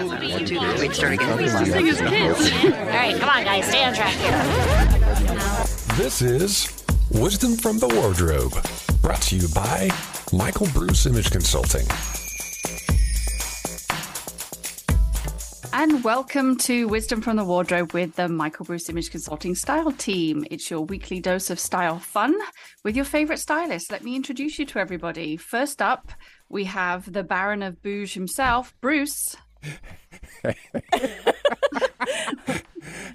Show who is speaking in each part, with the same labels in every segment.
Speaker 1: Wait, start again.
Speaker 2: All right, come on, guys, stay on track here.
Speaker 3: This is Wisdom from the Wardrobe, brought to you by Michael Bruce Image Consulting.
Speaker 4: And welcome to Wisdom from the Wardrobe with the Michael Bruce Image Consulting Style Team. It's your weekly dose of style fun with your favorite stylist. Let me introduce you to everybody. First up, we have the Baron of Bouge himself, Bruce.
Speaker 5: Hey,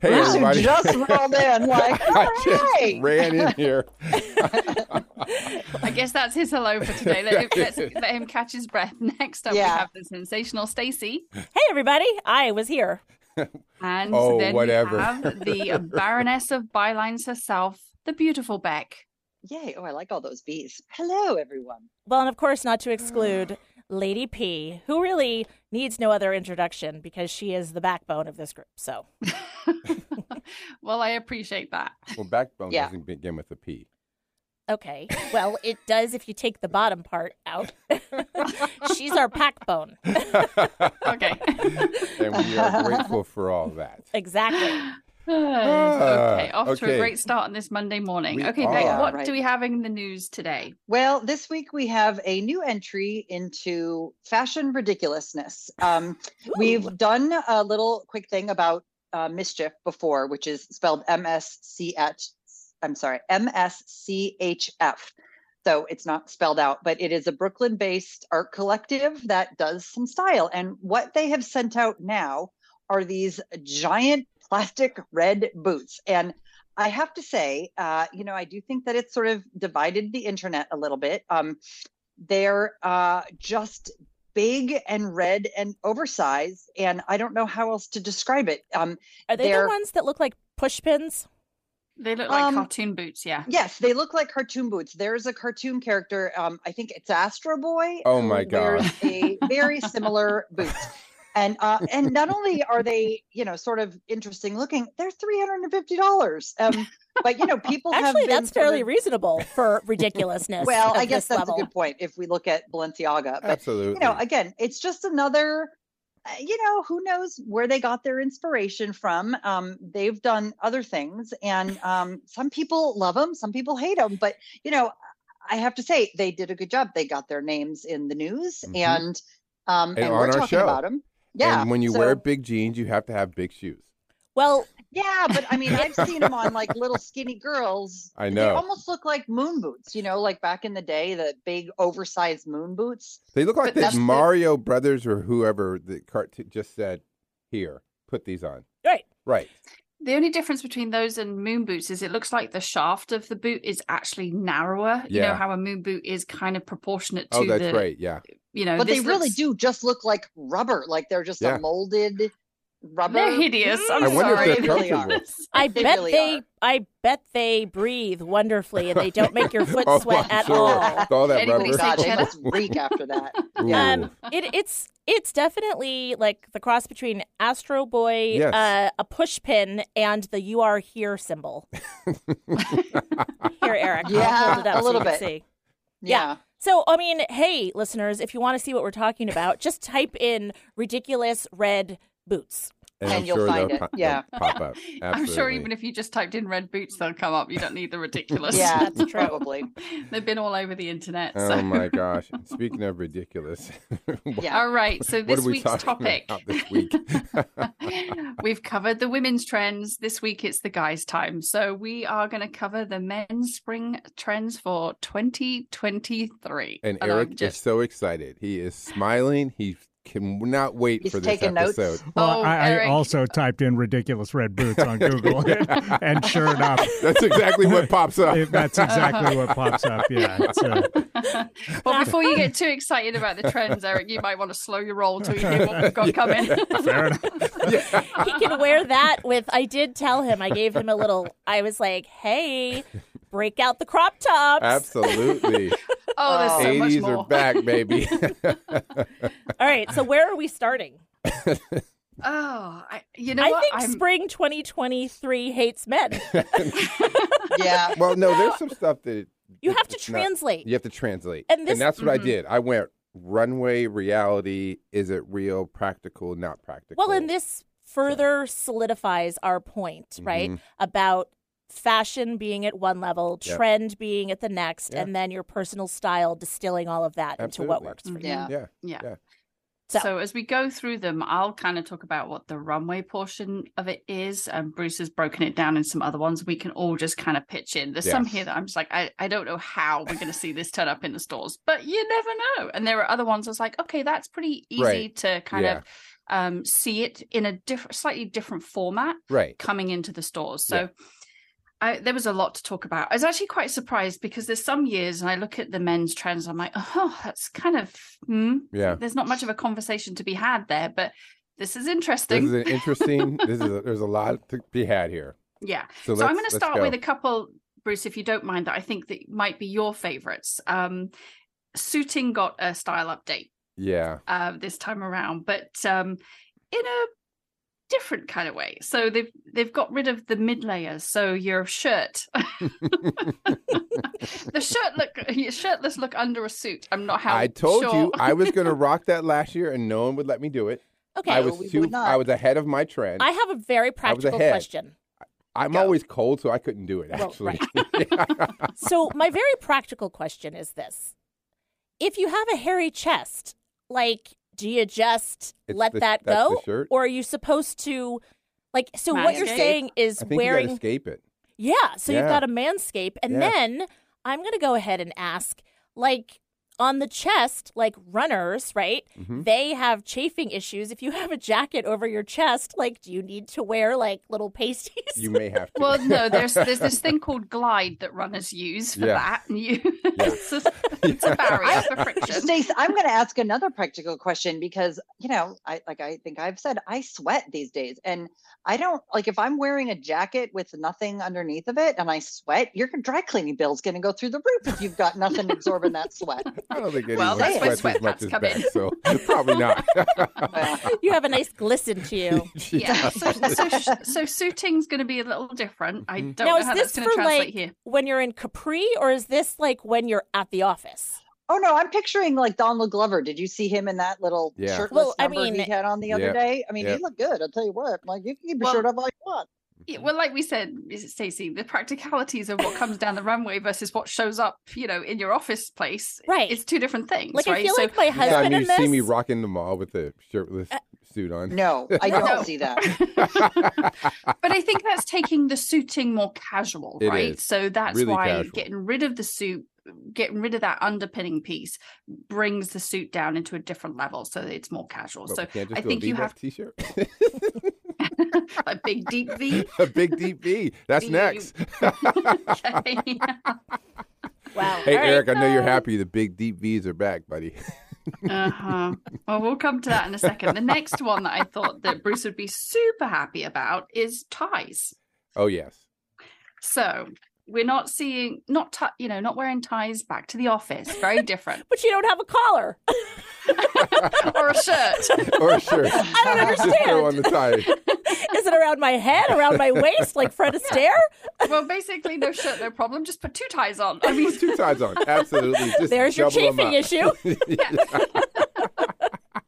Speaker 5: everybody.
Speaker 6: just rolled in like, all
Speaker 5: I just
Speaker 6: right.
Speaker 5: ran in here.
Speaker 4: I guess that's his hello for today. Let him, let's let him catch his breath. Next up,
Speaker 6: Yeah.
Speaker 4: we have the sensational Stacy.
Speaker 7: Hey, everybody. I was here.
Speaker 4: And
Speaker 5: Oh,
Speaker 4: then
Speaker 5: whatever.
Speaker 4: we have the Baroness of Bylines herself, the beautiful Beck.
Speaker 6: Yay. Oh, I like all those bees. Hello, everyone.
Speaker 7: Well, and of course, not to exclude Lady P, who really needs no other introduction because she is the backbone of this group. So,
Speaker 4: well, I appreciate that.
Speaker 5: Well, backbone
Speaker 6: Yeah.
Speaker 5: doesn't begin with a P.
Speaker 7: okay. Well, it does if you take the bottom part out. She's our backbone.
Speaker 4: Okay.
Speaker 5: And we are grateful for all that.
Speaker 7: Exactly.
Speaker 4: okay, off
Speaker 5: Ah,
Speaker 4: to
Speaker 5: okay.
Speaker 4: a great start on this Monday morning.
Speaker 5: We
Speaker 4: okay,
Speaker 5: are.
Speaker 4: Beck, what
Speaker 6: Right.
Speaker 4: do we have in the news today?
Speaker 6: Well, this week we have a new entry into fashion ridiculousness. Um, we've done a little quick thing about uh, mischief before, which is spelled M S C H. I'm sorry, M S C H F. So it's not spelled out, but it is a Brooklyn based art collective that does some style. And what they have sent out now are these giant plastic red boots. And I have to say, uh, you know, I do think that it's sort of divided the internet a little bit. Um, they're uh, just big and red and oversized, and I don't know how else to describe it. Um,
Speaker 7: Are they
Speaker 6: They're-
Speaker 7: the ones that look like pushpins?
Speaker 4: They look like
Speaker 6: Um,
Speaker 4: cartoon boots, yeah.
Speaker 6: yes, they look like cartoon boots. There's a cartoon character. Um, I think it's Astro Boy.
Speaker 5: Oh,
Speaker 6: who
Speaker 5: my God.
Speaker 6: wears A very similar boot. And uh, and not only are they you know sort of interesting looking, they're three hundred and fifty dollars. Um, but you know people have
Speaker 7: Actually,
Speaker 6: been
Speaker 7: that's
Speaker 6: sort of-
Speaker 7: fairly reasonable for ridiculousness.
Speaker 6: Well,
Speaker 7: of
Speaker 6: I guess
Speaker 7: this
Speaker 6: that's
Speaker 7: level.
Speaker 6: a good point if we look at Balenciaga. But
Speaker 5: Absolutely.
Speaker 6: you know, uh, again, it's just another. uh, You know, who knows where they got their inspiration from? Um, they've done other things, and um, some people love them, some people hate them. But you know, I have to say they did a good job. They got their names in the news,
Speaker 5: Mhm.
Speaker 6: and um, and,
Speaker 5: on
Speaker 6: we're
Speaker 5: our
Speaker 6: talking
Speaker 5: show.
Speaker 6: about them. Yeah,
Speaker 5: and when you
Speaker 6: so-
Speaker 5: wear big jeans, you have to have big shoes.
Speaker 7: Well,
Speaker 6: yeah, but I mean, I've seen them on like little skinny girls.
Speaker 5: I
Speaker 6: They
Speaker 5: know.
Speaker 6: almost look like moon boots, you know, like back in the day, the big oversized moon boots.
Speaker 5: They look like
Speaker 6: But that's
Speaker 5: these
Speaker 6: the-
Speaker 5: Mario Brothers or whoever the cartoon just said, here, put these on.
Speaker 7: right.
Speaker 5: Right.
Speaker 4: The only difference between those and moon boots is it looks like the shaft of the boot is actually narrower. You know
Speaker 5: Yeah.
Speaker 4: how a moon boot is kind of proportionate to
Speaker 5: Oh, that's
Speaker 4: the,
Speaker 5: right. Yeah.
Speaker 4: you know,
Speaker 6: but they
Speaker 4: this
Speaker 6: really
Speaker 4: looks-
Speaker 6: do just look like rubber. Like they're just
Speaker 5: Yeah.
Speaker 6: a molded rubber.
Speaker 4: They're hideous. I'm
Speaker 5: I wonder
Speaker 4: sorry.
Speaker 5: if they're
Speaker 6: They really are.
Speaker 5: comfortable.
Speaker 7: I
Speaker 6: They
Speaker 7: bet
Speaker 6: really
Speaker 7: they
Speaker 6: are.
Speaker 7: I bet they breathe wonderfully and they don't make your foot
Speaker 5: Oh,
Speaker 7: sweat
Speaker 5: I'm
Speaker 7: at
Speaker 5: sure.
Speaker 7: all.
Speaker 5: With all that
Speaker 4: Anybody
Speaker 5: rubber.
Speaker 4: say
Speaker 6: God, they
Speaker 4: cheddar?
Speaker 6: must reek after that.
Speaker 5: Ooh.
Speaker 7: Um, it, it's it's definitely like the cross between Astro Boy,
Speaker 5: Yes.
Speaker 7: uh, a push pin, and the "You Are Here" symbol. Here, Eric. I'll
Speaker 6: Yeah,
Speaker 7: hold it up
Speaker 6: a
Speaker 7: so
Speaker 6: little
Speaker 7: you can
Speaker 6: bit.
Speaker 7: see.
Speaker 6: Yeah.
Speaker 7: So, I mean, hey, listeners, if you want to see what we're talking about, just type in "ridiculous red boots."
Speaker 5: and I'm
Speaker 6: you'll
Speaker 5: sure
Speaker 6: find
Speaker 5: they'll
Speaker 6: it.
Speaker 5: pop-
Speaker 6: Yeah.
Speaker 5: they'll Pop up.
Speaker 4: I'm sure even
Speaker 5: Absolutely.
Speaker 4: if you just typed in red boots, they'll come up. You don't need the ridiculous.
Speaker 6: Yeah,
Speaker 7: That's true.
Speaker 6: probably.
Speaker 4: They've been all over the internet. so.
Speaker 5: Oh my gosh. And Speaking of ridiculous. what-
Speaker 6: Yeah.
Speaker 4: All right. So
Speaker 5: What
Speaker 4: this
Speaker 5: are we
Speaker 4: week's
Speaker 5: talking
Speaker 4: topic.
Speaker 5: about this week?
Speaker 4: We've covered the women's trends. This week it's the guys' time. So we are going to cover the men's spring trends for 2023.
Speaker 5: And
Speaker 4: I'm
Speaker 5: Eric is
Speaker 4: just-
Speaker 5: so excited. He is smiling. He cannot wait
Speaker 6: He's
Speaker 5: for this
Speaker 6: taking notes.
Speaker 5: episode.
Speaker 8: Well,
Speaker 4: Oh,
Speaker 8: I, I
Speaker 4: Eric.
Speaker 8: also typed in ridiculous red boots on Google, and sure enough,
Speaker 5: That's exactly what pops up.
Speaker 8: it, that's exactly what pops up. Yeah. uh, So,
Speaker 4: well, before you get too excited about the trends, Eric, you might want to slow your roll till you hear what we've got coming.
Speaker 8: fair enough.
Speaker 7: He can wear that with. I did tell him. I gave him a little. I was like, "Hey, break out the crop tops."
Speaker 5: Absolutely.
Speaker 4: Oh, there's so much
Speaker 5: 80s
Speaker 4: more.
Speaker 5: are back, baby.
Speaker 7: All right. So, where are we starting?
Speaker 4: Oh, I, you know
Speaker 7: I
Speaker 4: what?
Speaker 7: think
Speaker 4: I'm-
Speaker 7: spring 2023 hates men.
Speaker 6: Yeah.
Speaker 5: well, no, there's some stuff that
Speaker 7: You have to
Speaker 5: it's not-
Speaker 7: translate.
Speaker 5: you have to translate.
Speaker 7: And this-
Speaker 5: that's what I did. I went runway reality is it real, practical, not practical?
Speaker 7: Well, and this further solidifies our point,
Speaker 5: Mm-hmm.
Speaker 7: right? About fashion being at one level,
Speaker 5: Yep.
Speaker 7: trend being at the next,
Speaker 5: Yeah.
Speaker 7: and then your personal style distilling all of that into what
Speaker 5: Absolutely.
Speaker 7: works for you.
Speaker 6: Mm-hmm. Yeah.
Speaker 5: yeah,
Speaker 4: Yeah.
Speaker 5: Yeah.
Speaker 7: So-
Speaker 4: So, as we go through them, I'll kind of talk about what the runway portion of it is. And Bruce has broken it down in some other ones. We can all just kind of pitch in. There's some
Speaker 5: Yeah.
Speaker 4: here that I'm just like, I, I don't know how we're going to see this turn up in the stores, but you never know. And there are other ones that's like, okay, that's pretty easy
Speaker 5: Right.
Speaker 4: to kind
Speaker 5: Yeah.
Speaker 4: of um, see it in a different, slightly different format
Speaker 5: right.
Speaker 4: coming into the stores. So
Speaker 5: Yeah.
Speaker 4: I, there was a lot to talk about. I was actually quite surprised because there's some years and I look at the men's trends, I'm like, oh, that's kind of, hmm,
Speaker 5: Yeah.
Speaker 4: there's not much of a conversation to be had there, but this is
Speaker 5: This
Speaker 4: interesting.
Speaker 5: is an interesting. this is a, there's a lot to be had here.
Speaker 4: yeah.
Speaker 5: So,
Speaker 4: so
Speaker 5: let's-
Speaker 4: I'm going to
Speaker 5: let's
Speaker 4: start
Speaker 5: go.
Speaker 4: with a couple, Bruce, if you don't mind, that I think that might be your favorites. Um, suiting got a style update.
Speaker 5: yeah.
Speaker 4: uh, this time around, but um, in a different kind of way. So they've they've got rid of the mid layers. So your shirt, the shirt look, your shirtless look under a suit. I'm not how
Speaker 5: I told
Speaker 4: sure.
Speaker 5: you I was going to rock that last year, and no one would let me do it.
Speaker 7: Okay.
Speaker 5: I
Speaker 7: I,
Speaker 5: was
Speaker 6: we
Speaker 5: too.
Speaker 6: would not.
Speaker 5: I was ahead of my trend.
Speaker 7: have a very practical
Speaker 5: ahead.
Speaker 7: question.
Speaker 5: I'm always cold, so I couldn't do it.
Speaker 7: Well,
Speaker 5: Actually,
Speaker 7: So, my very practical question is this If you have a hairy chest, like, do you just
Speaker 5: It's
Speaker 7: let
Speaker 5: the-
Speaker 7: that
Speaker 5: that's the
Speaker 7: go?
Speaker 5: shirt.
Speaker 7: Or are you supposed to, like, so what you're
Speaker 4: Manscape.
Speaker 7: saying is
Speaker 5: I think you got to
Speaker 7: wearing
Speaker 5: escape it.
Speaker 7: Yeah. So you've
Speaker 5: Yeah.
Speaker 7: got a manscape. And
Speaker 5: Yeah.
Speaker 7: then I'm going to go ahead and ask like, on the chest, like runners, right?
Speaker 5: Mhm.
Speaker 7: They have chafing issues. If you have a jacket over your chest, like, do you need to wear like little pasties?
Speaker 5: You may have to.
Speaker 4: Well, no, there's there's this thing called glide that runners use for
Speaker 5: Yeah.
Speaker 4: that. And you, it's, a, it's a barrier for friction.
Speaker 6: Stace, I'm going to ask another practical question because you know, I like I think I've said I sweat these days, and I don't like if I'm wearing a jacket with nothing underneath of it, and I sweat. Your dry cleaning bill's going to go through the roof if you've got nothing absorbing that sweat.
Speaker 5: I don't think anyone
Speaker 4: Well,
Speaker 6: that's where
Speaker 5: sweats as much
Speaker 4: sweatpants
Speaker 5: as
Speaker 4: come in.
Speaker 5: back, so probably not.
Speaker 7: you have a nice glisten to you.
Speaker 4: Yeah. So, so, so suiting's going to be a little different. I
Speaker 5: Mm-hmm.
Speaker 4: don't
Speaker 7: now,
Speaker 4: know
Speaker 7: is
Speaker 4: how
Speaker 7: this
Speaker 4: that's going
Speaker 7: for
Speaker 4: to translate
Speaker 7: like
Speaker 4: here.
Speaker 7: when you're in Capri or is this like when you're at the office?
Speaker 6: Oh no, I'm picturing like Donald Glover. Did you see him in that little
Speaker 5: Yeah.
Speaker 6: shirtless
Speaker 7: Well, I
Speaker 6: number
Speaker 7: mean-
Speaker 6: he had on the other
Speaker 5: Yep.
Speaker 6: day? I mean,
Speaker 5: Yep.
Speaker 6: he looked good. I'll tell you what. Like you can keep a
Speaker 4: Well-
Speaker 6: shirt up like what?
Speaker 4: Yeah, well, like we said, Stacey, the practicalities of what comes down the runway versus what shows up, you know, in your office place,
Speaker 7: Right.
Speaker 4: It's two different things,
Speaker 7: Like,
Speaker 4: right?
Speaker 7: I feel
Speaker 4: so,
Speaker 7: like my
Speaker 5: Next time
Speaker 7: husband in
Speaker 5: you see
Speaker 7: this. Uh,
Speaker 5: me rocking the mall with the shirtless suit on.
Speaker 6: No, I don't
Speaker 4: No.
Speaker 6: see that.
Speaker 4: but I think that's taking the suiting more casual,
Speaker 5: It
Speaker 4: right?
Speaker 5: is.
Speaker 4: So that's
Speaker 5: Really
Speaker 4: why
Speaker 5: casual.
Speaker 4: getting rid of the suit, getting rid of that underpinning piece, brings the suit down into a different level, so that it's more casual.
Speaker 5: But
Speaker 4: so
Speaker 5: we can't just
Speaker 4: I
Speaker 5: do
Speaker 4: think
Speaker 5: a
Speaker 4: you
Speaker 5: V-neck
Speaker 4: have
Speaker 5: t-shirt,
Speaker 4: a big deep V.
Speaker 5: a big deep V. That's
Speaker 4: You-
Speaker 5: next.
Speaker 4: Okay.
Speaker 7: Wow.
Speaker 5: Hey,
Speaker 7: All right.
Speaker 5: Eric, I know you're happy. The big deep V's are back, buddy.
Speaker 4: Uh-huh. Well, we'll come to that in a second. The next one that I thought that Bruce would be super happy about is ties.
Speaker 5: Oh yes,
Speaker 4: So we're not seeing not ti you know not wearing ties back to the office. Very different.
Speaker 7: But you don't have a collar.
Speaker 4: or a shirt.
Speaker 5: or Oh, sure. I
Speaker 7: don't
Speaker 5: Just
Speaker 7: understand.
Speaker 5: throw on the tie.
Speaker 7: is it around my head, around my waist, like Fred Astaire?
Speaker 4: Well, basically, no shirt, no problem. Just put two ties on. I mean,
Speaker 5: Two ties on. Absolutely. Just
Speaker 7: There's your
Speaker 5: double 'em
Speaker 7: chafing
Speaker 5: up.
Speaker 7: issue.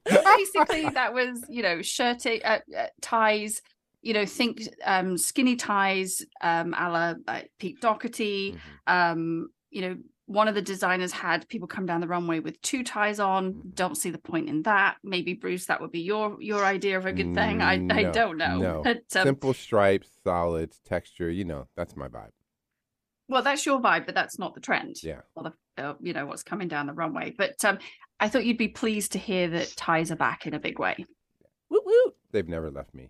Speaker 4: basically that was you know shirting uh, uh, ties. You know, think um, skinny ties, um, a la uh, Pete Doherty.
Speaker 5: Mhm.
Speaker 4: um you know one of the designers had people come down the runway with two ties on
Speaker 5: Mhm.
Speaker 4: don't see the point in that maybe bruce that would be your your idea of a good thing i
Speaker 5: Mm,
Speaker 4: i
Speaker 5: no,
Speaker 4: don't know
Speaker 5: no.
Speaker 4: but um,
Speaker 5: Simple stripes, solids, texture. You know, that's my vibe.
Speaker 4: well that's your vibe but that's not the trend
Speaker 5: Yeah.
Speaker 4: or the, uh, you know what's coming down the runway but um i thought you'd be pleased to hear that ties are back in a big way
Speaker 7: Woot woot.
Speaker 5: They've never left me.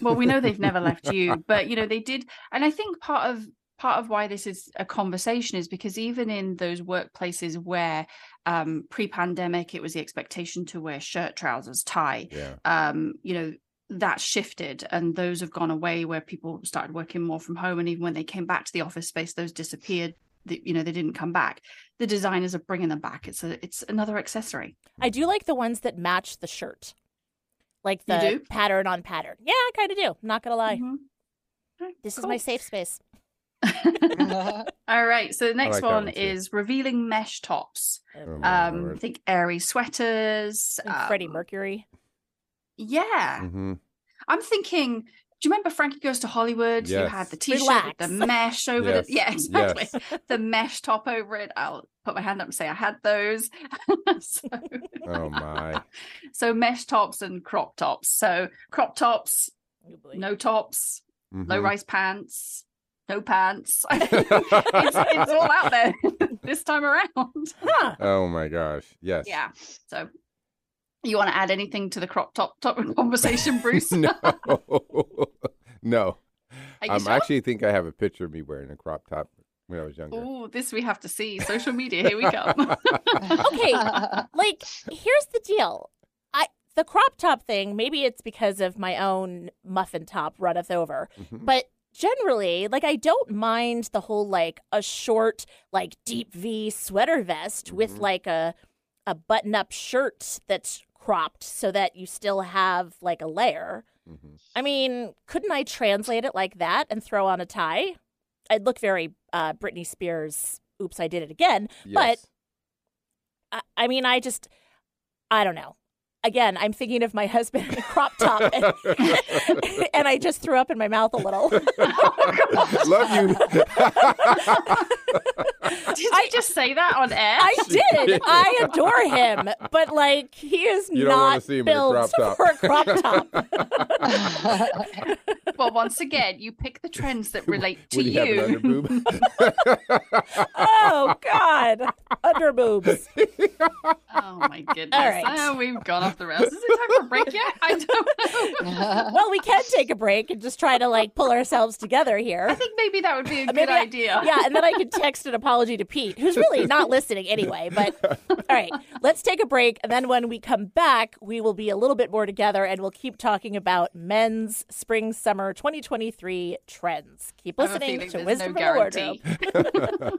Speaker 4: well we know they've never left you but you know they did and i think part of part of why this is a conversation is because even in those workplaces where um pre-pandemic it was the expectation to wear shirt trousers tie
Speaker 5: Yeah.
Speaker 4: um you know that shifted and those have gone away where people started working more from home and even when they came back to the office space those disappeared the, you know they didn't come back the designers are bringing them back it's a it's another accessory
Speaker 7: I do like the ones that match the shirt. Like
Speaker 4: You
Speaker 7: the
Speaker 4: do?
Speaker 7: pattern on pattern. Yeah, I kind of do. Not going to lie.
Speaker 4: Mhm. Mm-hmm. Okay,
Speaker 7: This is
Speaker 4: cool.
Speaker 7: my safe space.
Speaker 4: All right. So the next
Speaker 5: like that
Speaker 4: one
Speaker 5: one too.
Speaker 4: is revealing mesh tops.
Speaker 5: Oh, my
Speaker 4: Um,
Speaker 5: word.
Speaker 4: think airy sweaters.
Speaker 7: Like Freddie
Speaker 4: um,
Speaker 7: Mercury.
Speaker 4: Yeah.
Speaker 5: Mhm.
Speaker 4: I'm thinking, do you remember Frankie Goes to Hollywood? You had
Speaker 5: Yes.
Speaker 4: the t-shirt with the
Speaker 7: Relax.
Speaker 4: mesh over
Speaker 5: Yes.
Speaker 4: the yeah,
Speaker 5: Yes.
Speaker 4: exactly. The mesh top over it. I'll put my hand up and say I had those. so,
Speaker 5: Oh my.
Speaker 4: so mesh tops and crop tops. So crop tops,
Speaker 7: Oh, boy.
Speaker 4: no tops, low
Speaker 5: Mhm.
Speaker 4: rise pants, no pants. it's, it's all out there this time around.
Speaker 7: Huh.
Speaker 5: Oh my gosh. Yes.
Speaker 4: Yeah. So you want to add anything to the crop top top conversation, Bruce?
Speaker 5: no. no.
Speaker 4: Are you
Speaker 5: Um,
Speaker 4: sure?
Speaker 5: I actually think I have a picture of me wearing a crop top when I was younger. Mm-hmm.
Speaker 4: Oh, this we have to see. Social media, here we come.
Speaker 7: Okay. like here's the deal i the crop top thing maybe it's because of my own muffin top runneth over
Speaker 5: Mhm.
Speaker 7: but generally like i don't mind the whole like a short like deep v sweater vest with
Speaker 5: Mhm.
Speaker 7: like a a button up shirt that's cropped so that you still have like a layer
Speaker 5: Mhm.
Speaker 7: i mean couldn't i translate it like that and throw on a tie i'd look very uh britney spears oops i did it again But-
Speaker 5: Yes.
Speaker 7: I, I mean, I just, I don't know. Again, I'm thinking of my husband in a crop top, and, and I just threw up in my mouth a little.
Speaker 5: Love you.
Speaker 4: Did you
Speaker 7: I-
Speaker 4: just say that on air?
Speaker 7: I did. I adore him, but like he is
Speaker 5: You don't wanna
Speaker 7: not
Speaker 5: see him in a
Speaker 7: built
Speaker 5: crop top.
Speaker 7: for a crop top.
Speaker 4: well, once again, you pick the trends that relate to
Speaker 5: Would he have an
Speaker 4: you.
Speaker 5: underboob?
Speaker 7: Oh God, under boobs.
Speaker 4: Oh my goodness.
Speaker 7: All right.
Speaker 4: Oh, we've gone off the rails. Is it time for a break yet? I don't know.
Speaker 7: Well, we can take a break and just try to like pull ourselves together
Speaker 4: I
Speaker 7: here.
Speaker 4: think maybe that would be a good
Speaker 7: Maybe I-
Speaker 4: idea.
Speaker 7: Yeah, and then I could text an apology to Pete, who's really not listening anyway. But all right, let's take a break. And then when we come back, we will be a little bit more together and we'll keep talking about men's spring summer 2023 trends. Keep
Speaker 4: I have a
Speaker 7: listening
Speaker 4: feeling
Speaker 7: to
Speaker 4: there's
Speaker 7: Wisdom
Speaker 4: no
Speaker 7: from the Wardrobe.
Speaker 4: guarantee.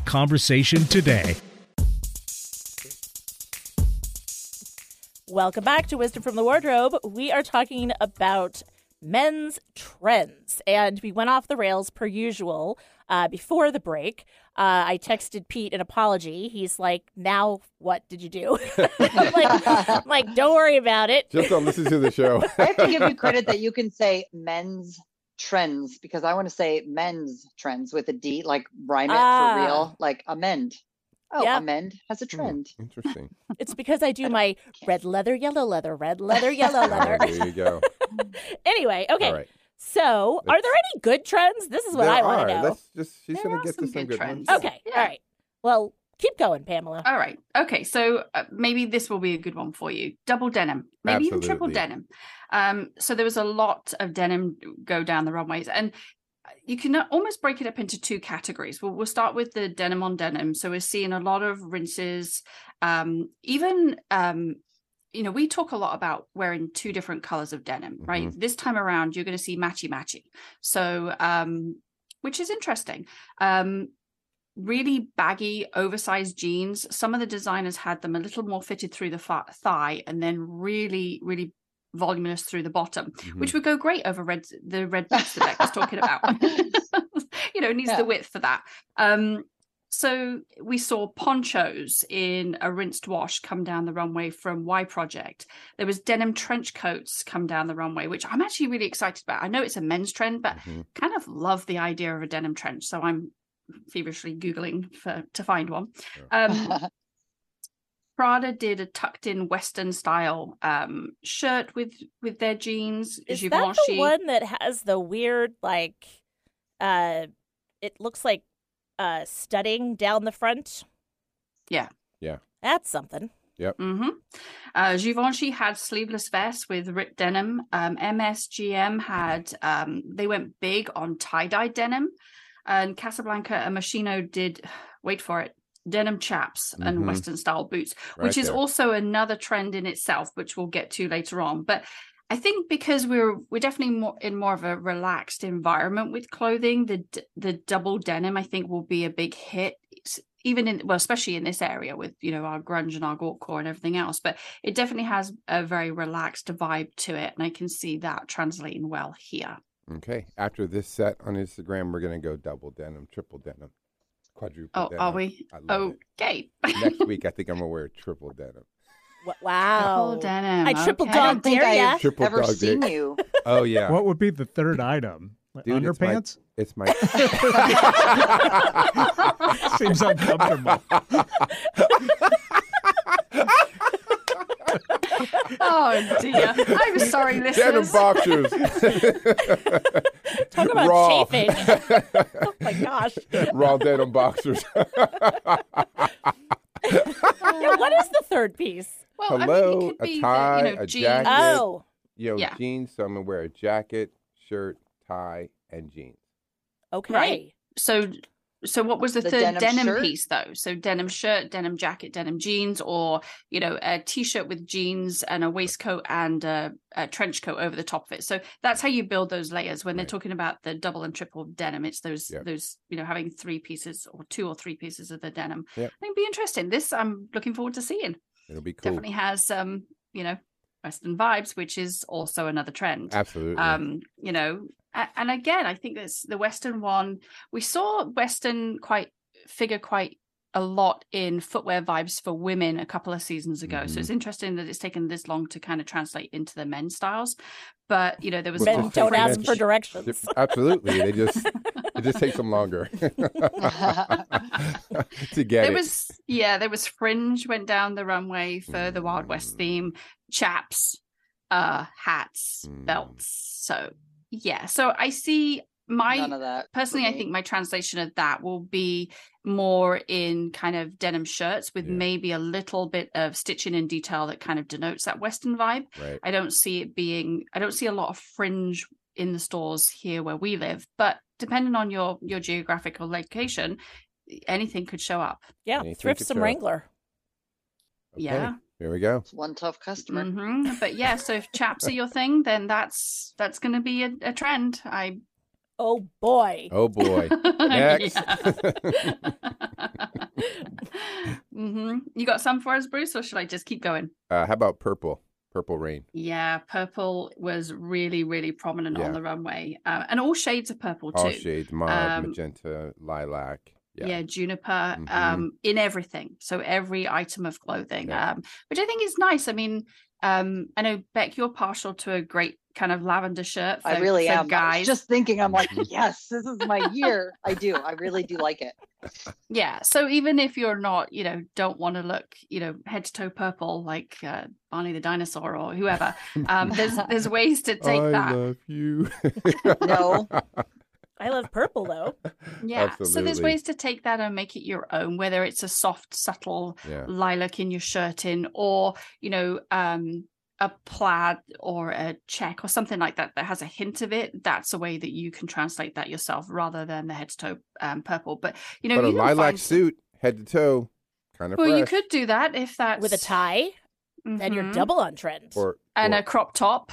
Speaker 1: conversation today.
Speaker 7: Welcome back to Wisdom from the Wardrobe. We are talking about men's trends, and we went off the rails per usual uh, before the break. Uh, I texted Pete an apology. He's like, "Now what did you do?" I'm like, I'm like, don't worry about it.
Speaker 5: Just don't listen to the show.
Speaker 6: I have to give you credit that you can say men's trends because I want to say men's trends with a D, like rhyme it
Speaker 7: Ah.
Speaker 6: for real, like amend. Oh,
Speaker 7: Yeah.
Speaker 6: amend has a
Speaker 5: Hmm,
Speaker 6: trend.
Speaker 5: Interesting.
Speaker 7: It's because I do my red leather, yellow leather, red leather, yellow
Speaker 5: Oh,
Speaker 7: leather.
Speaker 5: there you go.
Speaker 7: anyway, okay.
Speaker 5: All right.
Speaker 7: So, are
Speaker 5: Let's-
Speaker 7: there any good trends? This is what
Speaker 5: There
Speaker 7: I want to know.
Speaker 5: are. Let's just, she's
Speaker 4: There
Speaker 5: going
Speaker 4: are
Speaker 5: to get to
Speaker 4: some
Speaker 5: some
Speaker 4: good
Speaker 5: good
Speaker 4: trends.
Speaker 5: ones.
Speaker 7: Okay,
Speaker 4: Yeah.
Speaker 7: all right. Well, keep going, Pamela.
Speaker 4: All right. Okay. So uh, maybe this will be a good one for you. Double denim, maybe even triple
Speaker 5: Absolutely.
Speaker 4: denim. Um, so there was a lot of denim go down the runways, and you can almost break it up into two categories. We'll, we'll start with the denim on denim. So we're seeing a lot of rinses, um, even. Um, you know, we talk a lot about wearing two different colors of denim, right? This time around, you're going to see matchy matchy. So, um, which is interesting. Um, really baggy, oversized jeans. Some of the designers had them a little more fitted through the fa- thigh and then really, really voluminous through the bottom,
Speaker 5: Mm-hmm.
Speaker 4: which would go great over red the red boots that Beck was talking about. you know, it needs
Speaker 6: Yeah.
Speaker 4: the width for that. Um, so we saw ponchos in a rinsed wash come down the runway from Y Project. There was denim trench coats come down the runway, which I'm actually really excited about. I know it's a men's trend,
Speaker 7: uh,
Speaker 4: but
Speaker 5: Mhm.
Speaker 4: kind of love the idea of a denim trench, so I'm feverishly googling for to find one. Um, Prada did a tucked in Western style um, shirt with with their jeans.
Speaker 7: Is that the
Speaker 4: Givenchy.
Speaker 7: one that has the weird like uh it looks like uh studding down the front?
Speaker 4: Yeah.
Speaker 5: Yeah.
Speaker 7: That's something.
Speaker 4: Mm-hmm. Uh, Givenchy had sleeveless vests with ripped denim. Um, MSGM had um, they went big on tie dye denim, and Casablanca and Machino did. Wait for it. Denim chaps and
Speaker 5: Mhm.
Speaker 4: Western style boots,
Speaker 5: Right
Speaker 4: which is
Speaker 5: there.
Speaker 4: also another trend in itself, which we'll get to later on. But I think because we're we're definitely more in more of a relaxed environment with clothing, the d- the double denim I think will be a big hit, s- even in well, especially in this area with you know our grunge and our gorkcore and everything else. But it definitely has a very relaxed vibe to it, and I can see that translating well here.
Speaker 5: Okay. After this set on Instagram, we're going to go double denim, triple denim, quadruple
Speaker 4: Oh,
Speaker 5: denim.
Speaker 4: are we?
Speaker 5: I love
Speaker 4: Okay.
Speaker 5: it. Next week, I think I'm going to wear triple denim.
Speaker 7: Wha- Wow.
Speaker 4: Double denim.
Speaker 7: I triple
Speaker 4: okay.
Speaker 6: I don't
Speaker 7: dog
Speaker 6: think
Speaker 7: dare ya.
Speaker 6: I've
Speaker 5: Triple
Speaker 6: ever
Speaker 5: dog
Speaker 6: seen
Speaker 5: dick.
Speaker 6: you.
Speaker 5: Oh, yeah.
Speaker 8: What would be the third item? Like
Speaker 5: Dude, it's my-
Speaker 8: Underpants?
Speaker 5: It's my.
Speaker 8: Seems uncomfortable.
Speaker 4: Oh dear. I'm sorry,
Speaker 5: denim
Speaker 4: listeners.
Speaker 5: boxers.
Speaker 7: Talk about
Speaker 5: Raw.
Speaker 7: chafing. oh my gosh.
Speaker 5: Raw denim boxers.
Speaker 7: Yeah, what is the third piece?
Speaker 4: Well, I mean,
Speaker 5: Hello,
Speaker 4: it could
Speaker 5: a
Speaker 4: be
Speaker 5: tie,
Speaker 4: the, you know,
Speaker 5: a
Speaker 4: jeans.
Speaker 5: jacket. Yes.
Speaker 7: Oh,
Speaker 5: Yo,
Speaker 4: Yeah.
Speaker 5: jeans. So I'm going to wear a jacket, shirt, tie, and jeans.
Speaker 7: okay.
Speaker 4: Right. So, so what was the,
Speaker 6: The
Speaker 4: third
Speaker 6: denim
Speaker 4: denim,
Speaker 6: shirt?
Speaker 4: piece though? So denim shirt, denim jacket, denim jeans, or you know, a t-shirt with jeans and a waistcoat and a, a trench coat over the top of it. So that's how you build those layers. When they're
Speaker 5: Right.
Speaker 4: talking about the double and triple denim, it's those
Speaker 5: Yep.
Speaker 4: those you know having three pieces or two or three pieces of the denim.
Speaker 5: Yep.
Speaker 4: I think it'd be interesting. This I'm looking forward to seeing.
Speaker 5: It'll be cool.
Speaker 4: Definitely has um you know Western vibes, which is also another trend
Speaker 5: Absolutely.
Speaker 4: um you know a- and again i think that's the western one we saw western quite figure quite a lot in footwear vibes for women a couple of seasons ago
Speaker 5: Mhm.
Speaker 4: so it's interesting that it's taken this long to kind of translate into the men's styles but you know there was
Speaker 5: Well,
Speaker 4: a
Speaker 7: Men
Speaker 5: just
Speaker 4: lot
Speaker 7: don't
Speaker 5: different
Speaker 7: ask for
Speaker 5: dimension.
Speaker 7: directions.
Speaker 5: Absolutely. They just it just takes them longer to get
Speaker 4: there
Speaker 5: it.
Speaker 4: was yeah there was fringe went down the runway for the wild west
Speaker 5: Mm.
Speaker 4: theme chaps uh hats
Speaker 5: Mm.
Speaker 4: belts so yeah so i see my
Speaker 6: None of that. for
Speaker 4: personally i
Speaker 5: Mm-hmm.
Speaker 6: me.
Speaker 4: think my translation of that will be more in kind of denim shirts with
Speaker 5: Yeah.
Speaker 4: maybe a little bit of stitching and detail that kind of denotes that western vibe
Speaker 5: right.
Speaker 4: i don't see it being i don't see a lot of fringe in the stores here where we live but depending on your your geographical location anything could show up
Speaker 7: Yeah,
Speaker 5: Anything
Speaker 7: thrift
Speaker 5: could
Speaker 7: some
Speaker 5: show up.
Speaker 7: Wrangler.
Speaker 5: Okay,
Speaker 4: yeah.
Speaker 5: Here we go.
Speaker 6: It's one tough customer.
Speaker 4: hmm but yeah so if chaps are your thing then that's that's going to be a, a trend i
Speaker 7: Oh boy.
Speaker 5: Oh boy. Next.
Speaker 4: hmm You got some for us, Bruce, or should I just keep going?
Speaker 5: Uh, how about purple? Purple rain.
Speaker 4: Yeah, purple was really, really prominent
Speaker 5: Yeah.
Speaker 4: on the runway, um, and all shades of purple
Speaker 5: All
Speaker 4: too.
Speaker 5: shades: mauve,
Speaker 4: Um,
Speaker 5: magenta, lilac.
Speaker 4: yeah.
Speaker 5: Yeah.
Speaker 4: juniper
Speaker 5: Mhm.
Speaker 4: um in everything so every item of clothing
Speaker 5: Yeah.
Speaker 4: um which i think is nice i mean um i know beck you're partial to a great kind of lavender shirt for,
Speaker 6: I really
Speaker 4: for
Speaker 6: am. I
Speaker 4: guys
Speaker 6: was just thinking, I'm like,
Speaker 5: Mhm.
Speaker 6: yes, this is my year. I do. I really do like it.
Speaker 4: Yeah. So even if you're not, you know, don't want to look, you know, head to toe purple like uh, Barney the dinosaur or whoever, um, uh, there's there's ways to take
Speaker 5: I
Speaker 4: that.
Speaker 5: love you.
Speaker 6: No.
Speaker 7: I love purple though.
Speaker 4: yeah. So there's
Speaker 5: Absolutely.
Speaker 4: ways to take that and make it your own, whether it's a soft, subtle
Speaker 5: Yeah.
Speaker 4: lilac in your shirting or, you know, um, a plaid or a check or something like that that has a hint of it. That's a way that you can translate that yourself rather than the head to toe um, purple. But you know,
Speaker 5: but a
Speaker 4: you can
Speaker 5: lilac
Speaker 4: find-
Speaker 5: suit, head to toe, kind of.
Speaker 4: Well, you could do that if that's
Speaker 7: With a tie, then you're
Speaker 4: Mhm.
Speaker 7: double on trend.
Speaker 5: Or,
Speaker 4: and
Speaker 5: or-
Speaker 4: a crop top.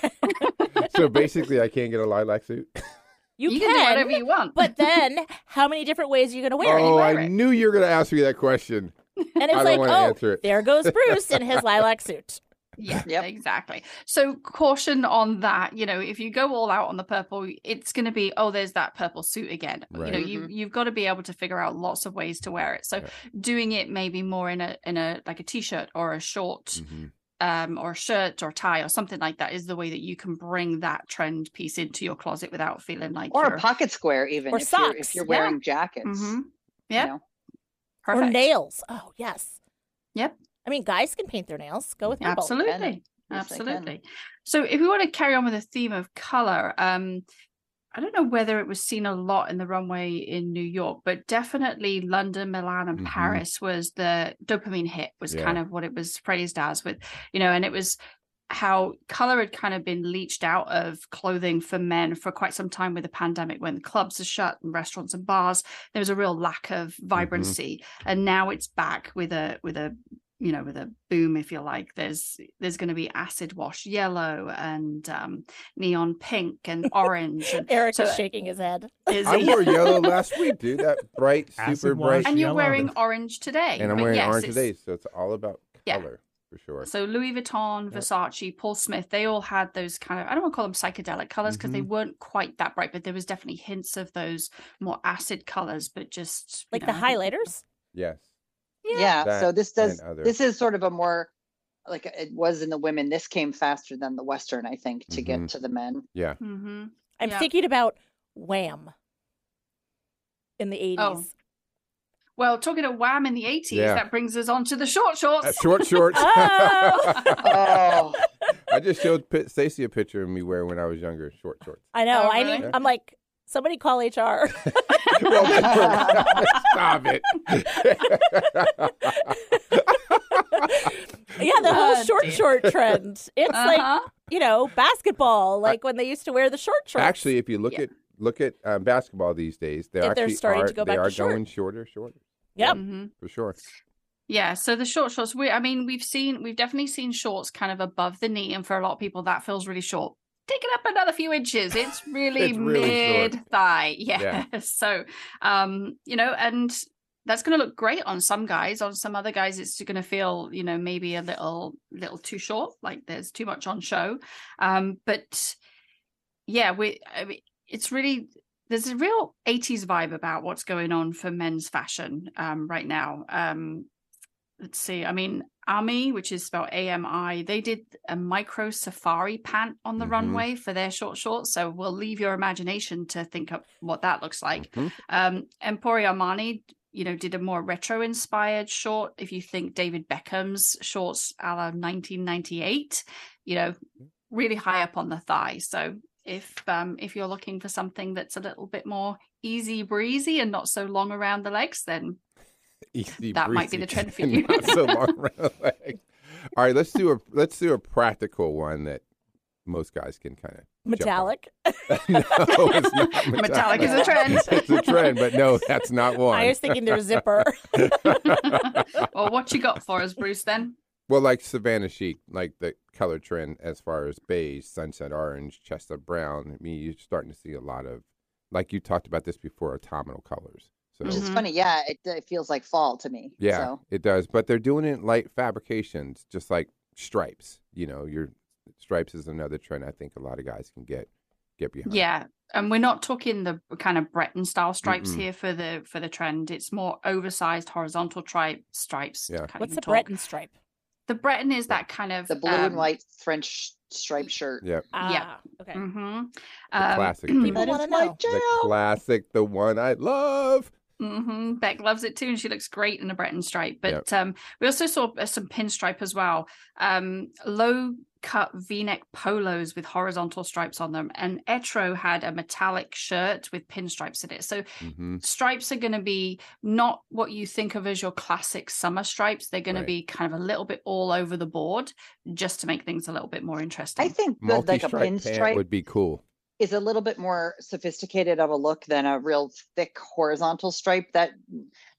Speaker 5: so basically, I can't get a lilac suit.
Speaker 7: you,
Speaker 4: You
Speaker 7: can,
Speaker 4: can, do whatever you want.
Speaker 7: but then how many different ways are you going to wear
Speaker 5: oh,
Speaker 7: it?
Speaker 5: I
Speaker 4: wear it.
Speaker 5: knew you were going to ask me that question.
Speaker 7: And it's
Speaker 5: I don't
Speaker 7: like,
Speaker 5: wanna
Speaker 7: oh,
Speaker 5: answer it.
Speaker 7: there goes Bruce in his lilac suit.
Speaker 4: yeah,
Speaker 6: Yep.
Speaker 4: exactly. So caution on that. You know, if you go all out on the purple, it's going to be oh, there's that purple suit again. You know,
Speaker 5: Right.
Speaker 4: you you've got to be able to figure out lots of ways to wear it. So
Speaker 5: Yeah.
Speaker 4: doing it maybe more in a in a like a t-shirt or a short.
Speaker 8: Mm-hmm.
Speaker 5: Mhm.
Speaker 4: Um, or a shirt or tie or something like that is the way that you can bring that trend piece into your closet without feeling like
Speaker 6: Or
Speaker 4: you're,
Speaker 6: a pocket square, even
Speaker 7: Or
Speaker 6: if you're,
Speaker 7: socks,
Speaker 6: if you're
Speaker 4: yeah.
Speaker 6: wearing jackets.
Speaker 4: Mhm.
Speaker 6: you
Speaker 4: Yeah,
Speaker 6: know?
Speaker 4: perfect.
Speaker 7: Or nails. Oh, yes.
Speaker 4: Yep.
Speaker 7: I mean, guys can paint their nails. Go with purple.
Speaker 6: Yes,
Speaker 4: Absolutely.
Speaker 6: they can.
Speaker 4: Absolutely. So if we want to carry on with the theme of color, um, I don't know whether it was seen a lot in the runway in New York, but definitely London, Milan, and
Speaker 5: Mhm.
Speaker 4: Paris was the dopamine hit, was
Speaker 5: Yeah.
Speaker 4: kind of what it was phrased as with, you know, and it was how color had kind of been leached out of clothing for men for quite some time with the pandemic when the clubs are shut and restaurants and bars there was a real lack of vibrancy and now it's back with a with a you know with a boom if you like there's there's going to be acid wash yellow and um neon pink and orange and
Speaker 7: Eric
Speaker 4: So-
Speaker 7: is shaking his head.
Speaker 4: is
Speaker 5: I
Speaker 4: it-
Speaker 5: wore yellow last week, dude. That bright,
Speaker 8: Acid
Speaker 5: super
Speaker 8: wash.
Speaker 5: bright.
Speaker 4: and you're
Speaker 8: yellow.
Speaker 4: wearing orange today
Speaker 5: And I'm
Speaker 4: but
Speaker 5: wearing
Speaker 4: yes,
Speaker 5: orange
Speaker 4: it's-
Speaker 5: today, so it's all about
Speaker 4: Yeah.
Speaker 5: color for sure.
Speaker 4: So Louis Vuitton,
Speaker 5: Yep.
Speaker 4: Versace, Paul Smith, they all had those kind of I don't want to call them psychedelic colors because they
Speaker 5: Mhm.
Speaker 4: weren't quite that bright, but there was definitely hints of those more acid colors, but just you
Speaker 7: Like
Speaker 4: know,
Speaker 7: the
Speaker 4: I think-
Speaker 7: highlighters?
Speaker 5: yes.
Speaker 6: Yeah.
Speaker 5: That
Speaker 6: so this does
Speaker 5: and other.
Speaker 6: this is sort of a more like it was in the women. This came faster than the Western, I think, to
Speaker 5: Mhm.
Speaker 6: get to the men.
Speaker 5: Yeah.
Speaker 4: Mhm.
Speaker 7: I'm
Speaker 4: Yeah.
Speaker 7: thinking about Wham in the 80s.
Speaker 4: Oh. Well, talking of Wham in the 80s,
Speaker 5: Yeah.
Speaker 4: that brings us on to the short shorts.
Speaker 5: Uh, short shorts.
Speaker 7: Oh.
Speaker 6: Oh,
Speaker 5: I just showed P- Stacey a picture of me wearing when I was younger short shorts.
Speaker 7: I know.
Speaker 4: Oh,
Speaker 7: I
Speaker 4: really?
Speaker 7: mean, I'm like, somebody call HR.
Speaker 5: Well, Stop it.
Speaker 7: yeah, the whole
Speaker 4: God
Speaker 7: short
Speaker 4: damn.
Speaker 7: short trend. It's like,
Speaker 4: Uh-huh.
Speaker 7: you know, basketball, like when they used to wear the short shorts.
Speaker 5: actually, if you look
Speaker 4: Yeah.
Speaker 5: at look at um, basketball these days, they're
Speaker 7: If they're
Speaker 5: actually
Speaker 7: starting
Speaker 5: are,
Speaker 7: to go
Speaker 5: they
Speaker 7: back to
Speaker 5: are
Speaker 7: short.
Speaker 5: going shorter, shorter
Speaker 7: Yep.
Speaker 4: Mhm.
Speaker 5: for sure.
Speaker 4: Yeah, so the short shorts, we I mean, we've seen we've definitely seen shorts kind of above the knee, and for a lot of people that feels really short. Take it up another few inches. It's really,
Speaker 5: It's really short.
Speaker 4: mid thigh. Yeah.
Speaker 5: Yeah.
Speaker 4: So um, you know, and that's gonna look great on some guys. On some other guys, it's gonna feel, you know, maybe a little little too short, like there's too much on show. Um, but yeah, we I mean, it's really there's a real 80s vibe about what's going on for men's fashion um, right now. Um, let's see. I mean, AMI, which is spelled AMI, they did a micro safari pant on the
Speaker 5: Mhm.
Speaker 4: runway for their short shorts. So we'll leave your imagination to think up what that looks like.
Speaker 5: Mhm.
Speaker 4: Um, Emporio Armani, you know, did a more retro inspired short. If you think David Beckham's shorts a la 1998, you know, really high up on the thigh. So if um, if you're looking for something that's a little bit more easy breezy and not so long around the legs, then
Speaker 5: Easy,
Speaker 4: That might be the
Speaker 5: E, breezy,
Speaker 4: trend for
Speaker 5: and
Speaker 4: you.
Speaker 5: not so long around the leg. All right, let's do a let's do a practical one that most guys can kind of
Speaker 7: Metallic.
Speaker 5: no, it's not
Speaker 4: Metallic is a trend.
Speaker 5: it's a trend, but no, that's not one.
Speaker 7: I was thinking they're zipper.
Speaker 4: well, what you got for us, Bruce? Then
Speaker 5: Well, like Savannah Chic, like the color trend as far as beige, sunset orange, chestnut brown. I mean, you're starting to see a lot of, like you talked about this before, autumnal colors. So
Speaker 6: which is
Speaker 4: Mhm.
Speaker 6: funny. Yeah, it, it feels like fall to me.
Speaker 5: yeah,
Speaker 6: So.
Speaker 5: it does. But they're doing it in light fabrications, just like stripes. You know, your stripes is another trend I think a lot of guys can get get behind.
Speaker 4: yeah, and we're not talking the kind of Breton style stripes
Speaker 5: Mm-mm.
Speaker 4: here for the for the trend. It's more oversized horizontal tri- stripes.
Speaker 5: Yeah.
Speaker 4: Can't
Speaker 7: What's
Speaker 4: even
Speaker 7: the
Speaker 4: talk.
Speaker 7: Breton stripe?
Speaker 4: The Breton is that kind of
Speaker 6: the blue and
Speaker 4: um,
Speaker 6: white French striped shirt.
Speaker 5: Yeah.
Speaker 4: Yeah.
Speaker 7: Ah, Okay.
Speaker 4: mhm.
Speaker 5: The
Speaker 4: Um,
Speaker 5: classic.
Speaker 7: People
Speaker 6: That
Speaker 7: wanna
Speaker 6: is my
Speaker 7: know.
Speaker 5: the
Speaker 6: jam.
Speaker 5: classic, the one I love.
Speaker 4: hmm Beck loves it too, and she looks great in a Breton stripe. But
Speaker 5: Yep.
Speaker 4: um, we also saw uh, some pinstripe as well. Um, low cut V-neck polos with horizontal stripes on them, and Etro had a metallic shirt with pinstripes in it. So
Speaker 5: hmm
Speaker 4: stripes are going to be not what you think of as your classic summer stripes. They're going
Speaker 5: Right.
Speaker 4: to be kind of a little bit all over the board, just to make things a little bit more interesting.
Speaker 6: I think that like a
Speaker 5: Multi-stripe pant
Speaker 6: pinstripe
Speaker 5: would be cool.
Speaker 6: is a little bit more sophisticated of a look than a real thick horizontal stripe. That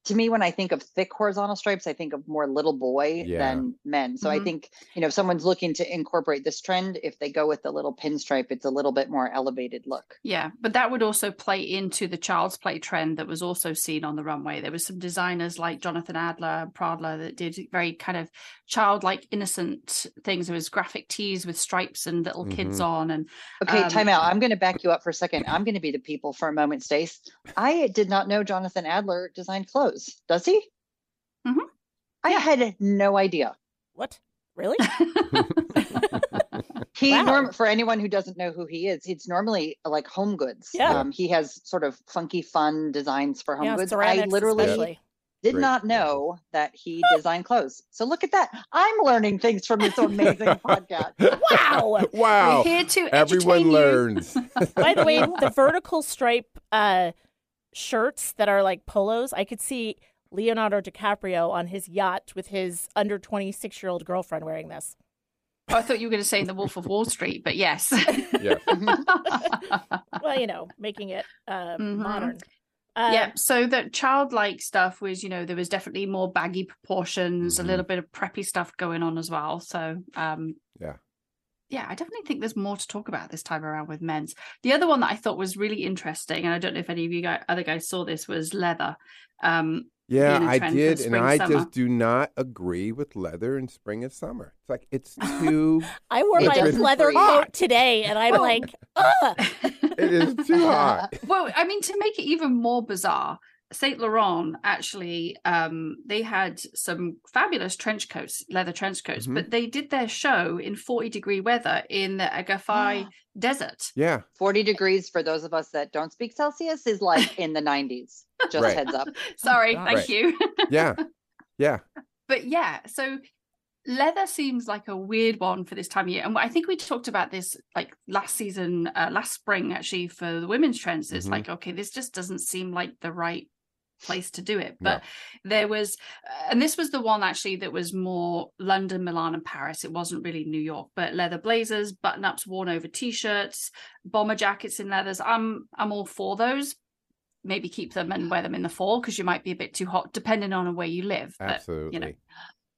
Speaker 6: to me, when I think of thick horizontal stripes, I think of more little boy
Speaker 5: Yeah.
Speaker 6: than men. So
Speaker 4: Mhm.
Speaker 6: I think you know if someone's looking to incorporate this trend, if they go with the little pinstripe, it's a little bit more elevated look.
Speaker 4: Yeah, but that would also play into the child's play trend that was also seen on the runway. There was some designers like Jonathan Adler and Pradler that did very kind of childlike, innocent things. There was graphic tees with stripes and little
Speaker 5: Mm-hmm.
Speaker 4: kids on, and
Speaker 6: Okay,
Speaker 4: Um,
Speaker 6: time out. I'm going to back you up for a second. I'm going to be the people for a moment, Stace. I did not know Jonathan Adler designed clothes. Does he?
Speaker 4: Mhm.
Speaker 6: I had no idea.
Speaker 7: What? Really?
Speaker 6: He
Speaker 7: Wow.
Speaker 6: norm for anyone who doesn't know who he is, it's normally uh, like home goods.
Speaker 7: Yeah.
Speaker 6: Um, he has sort of funky, fun designs for home
Speaker 7: yeah,
Speaker 6: goods. I
Speaker 7: ceramics
Speaker 6: literally
Speaker 7: especially.
Speaker 6: Did
Speaker 5: Great.
Speaker 6: not know that he designed clothes. So look at that. I'm learning things from this amazing podcast.
Speaker 7: Wow.
Speaker 5: wow.
Speaker 4: We're here to
Speaker 5: Everyone
Speaker 4: entertain
Speaker 5: learns.
Speaker 7: By the way, the vertical stripe uh, shirts that are like polos, I could see Leonardo DiCaprio on his yacht with his under 26 year old girlfriend wearing this.
Speaker 4: You. Oh, I thought you were going to say the Wolf of Wall Street, but yes.
Speaker 5: yes.
Speaker 6: Mm-hmm.
Speaker 7: Well, you know, making it uh,
Speaker 4: Mhm.
Speaker 6: Mm-hmm.
Speaker 7: modern. Uh,
Speaker 4: yeah Um, so the childlike stuff was you know there was definitely more baggy proportions
Speaker 5: Mhm.
Speaker 4: a little bit of preppy stuff going on as well so um
Speaker 5: Yeah.
Speaker 4: yeah i definitely think there's more to talk about this time around with men's the other one that i thought was really interesting and i don't know if any of you guys, other guys saw this was leather um
Speaker 5: Yeah,
Speaker 4: being a
Speaker 5: I
Speaker 4: trend for
Speaker 5: did, and
Speaker 4: spring,
Speaker 5: I
Speaker 4: summer.
Speaker 5: just do not agree with leather in spring and summer. It's like it's too.
Speaker 7: I wore
Speaker 5: It
Speaker 7: my
Speaker 5: doesn't
Speaker 7: leather
Speaker 6: freeze.
Speaker 7: coat today and
Speaker 4: Oh.
Speaker 7: I'm like, ugh.
Speaker 5: it is too hot.
Speaker 4: well i mean to make it even more bizarre saint laurent actually um they had some fabulous trench coats leather trench coats
Speaker 5: Mhm.
Speaker 4: but they did their show in 40 degree weather in the agafay desert
Speaker 5: Yeah,
Speaker 6: 40 degrees for those of us that don't speak Celsius is like in the 90s. Just
Speaker 5: Right.
Speaker 6: heads up.
Speaker 4: sorry
Speaker 7: God.
Speaker 4: thank
Speaker 5: Right.
Speaker 4: you
Speaker 5: yeah, yeah.
Speaker 4: but yeah so leather seems like a weird one for this time of year and i think we talked about this like last season uh, last spring actually for the women's trends it's
Speaker 5: Mhm.
Speaker 4: like okay this just doesn't seem like the right place to do it
Speaker 5: No.
Speaker 4: but there was uh, and this was the one actually that was more london milan and paris it wasn't really new york but leather blazers button ups worn over t-shirts bomber jackets in leathers i'm i'm all for those maybe keep them and wear them in the fall because you might be a bit too hot depending on where you live but
Speaker 5: Absolutely.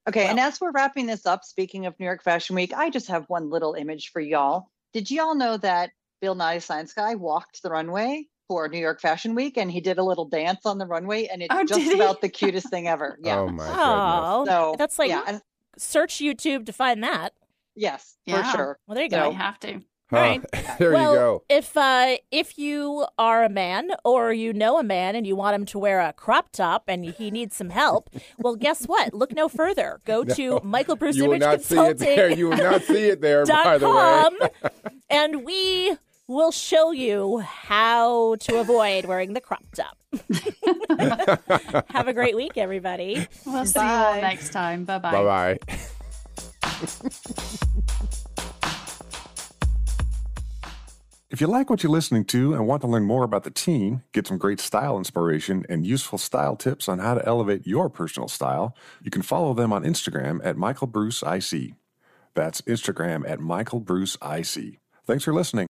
Speaker 6: Okay. And as we're wrapping this up, speaking of New York Fashion Week, I just have one little image for y'all. Did y'all know that Bill Nye Science Guy walked the runway for New York Fashion Week and he did a little dance on the runway and it's
Speaker 4: Oh, did
Speaker 6: just
Speaker 4: he?
Speaker 6: about the cutest thing ever. Yeah.
Speaker 5: Oh my goodness.
Speaker 7: Oh,
Speaker 6: so
Speaker 7: that's like
Speaker 6: yeah, and-
Speaker 7: search YouTube to find that.
Speaker 6: yes,
Speaker 4: Yeah.
Speaker 6: for sure.
Speaker 7: Well, there you
Speaker 4: Yeah,
Speaker 7: go.
Speaker 4: you have to.
Speaker 5: Huh. there
Speaker 7: well,
Speaker 5: you go.
Speaker 7: If uh, if you are a man or you know a man and you want him to wear a crop top and he needs some help, well, guess what? Look no further. Go
Speaker 5: No.
Speaker 7: to Michael Bruce
Speaker 5: You will
Speaker 7: Image
Speaker 5: not see it there.
Speaker 7: Consulting
Speaker 5: You will not see it there.
Speaker 7: dot
Speaker 5: by the way.
Speaker 7: com, and we will show you how to avoid wearing the crop top. Have a great week, everybody.
Speaker 4: We'll see you all next time. Bye
Speaker 5: Bye bye.
Speaker 9: If you like what you're listening to and want to learn more about the team, get some great style inspiration and useful style tips on how to elevate your personal style, you can follow them on Instagram at Michael Bruce IC. That's Instagram at Michael Bruce IC. Thanks for listening.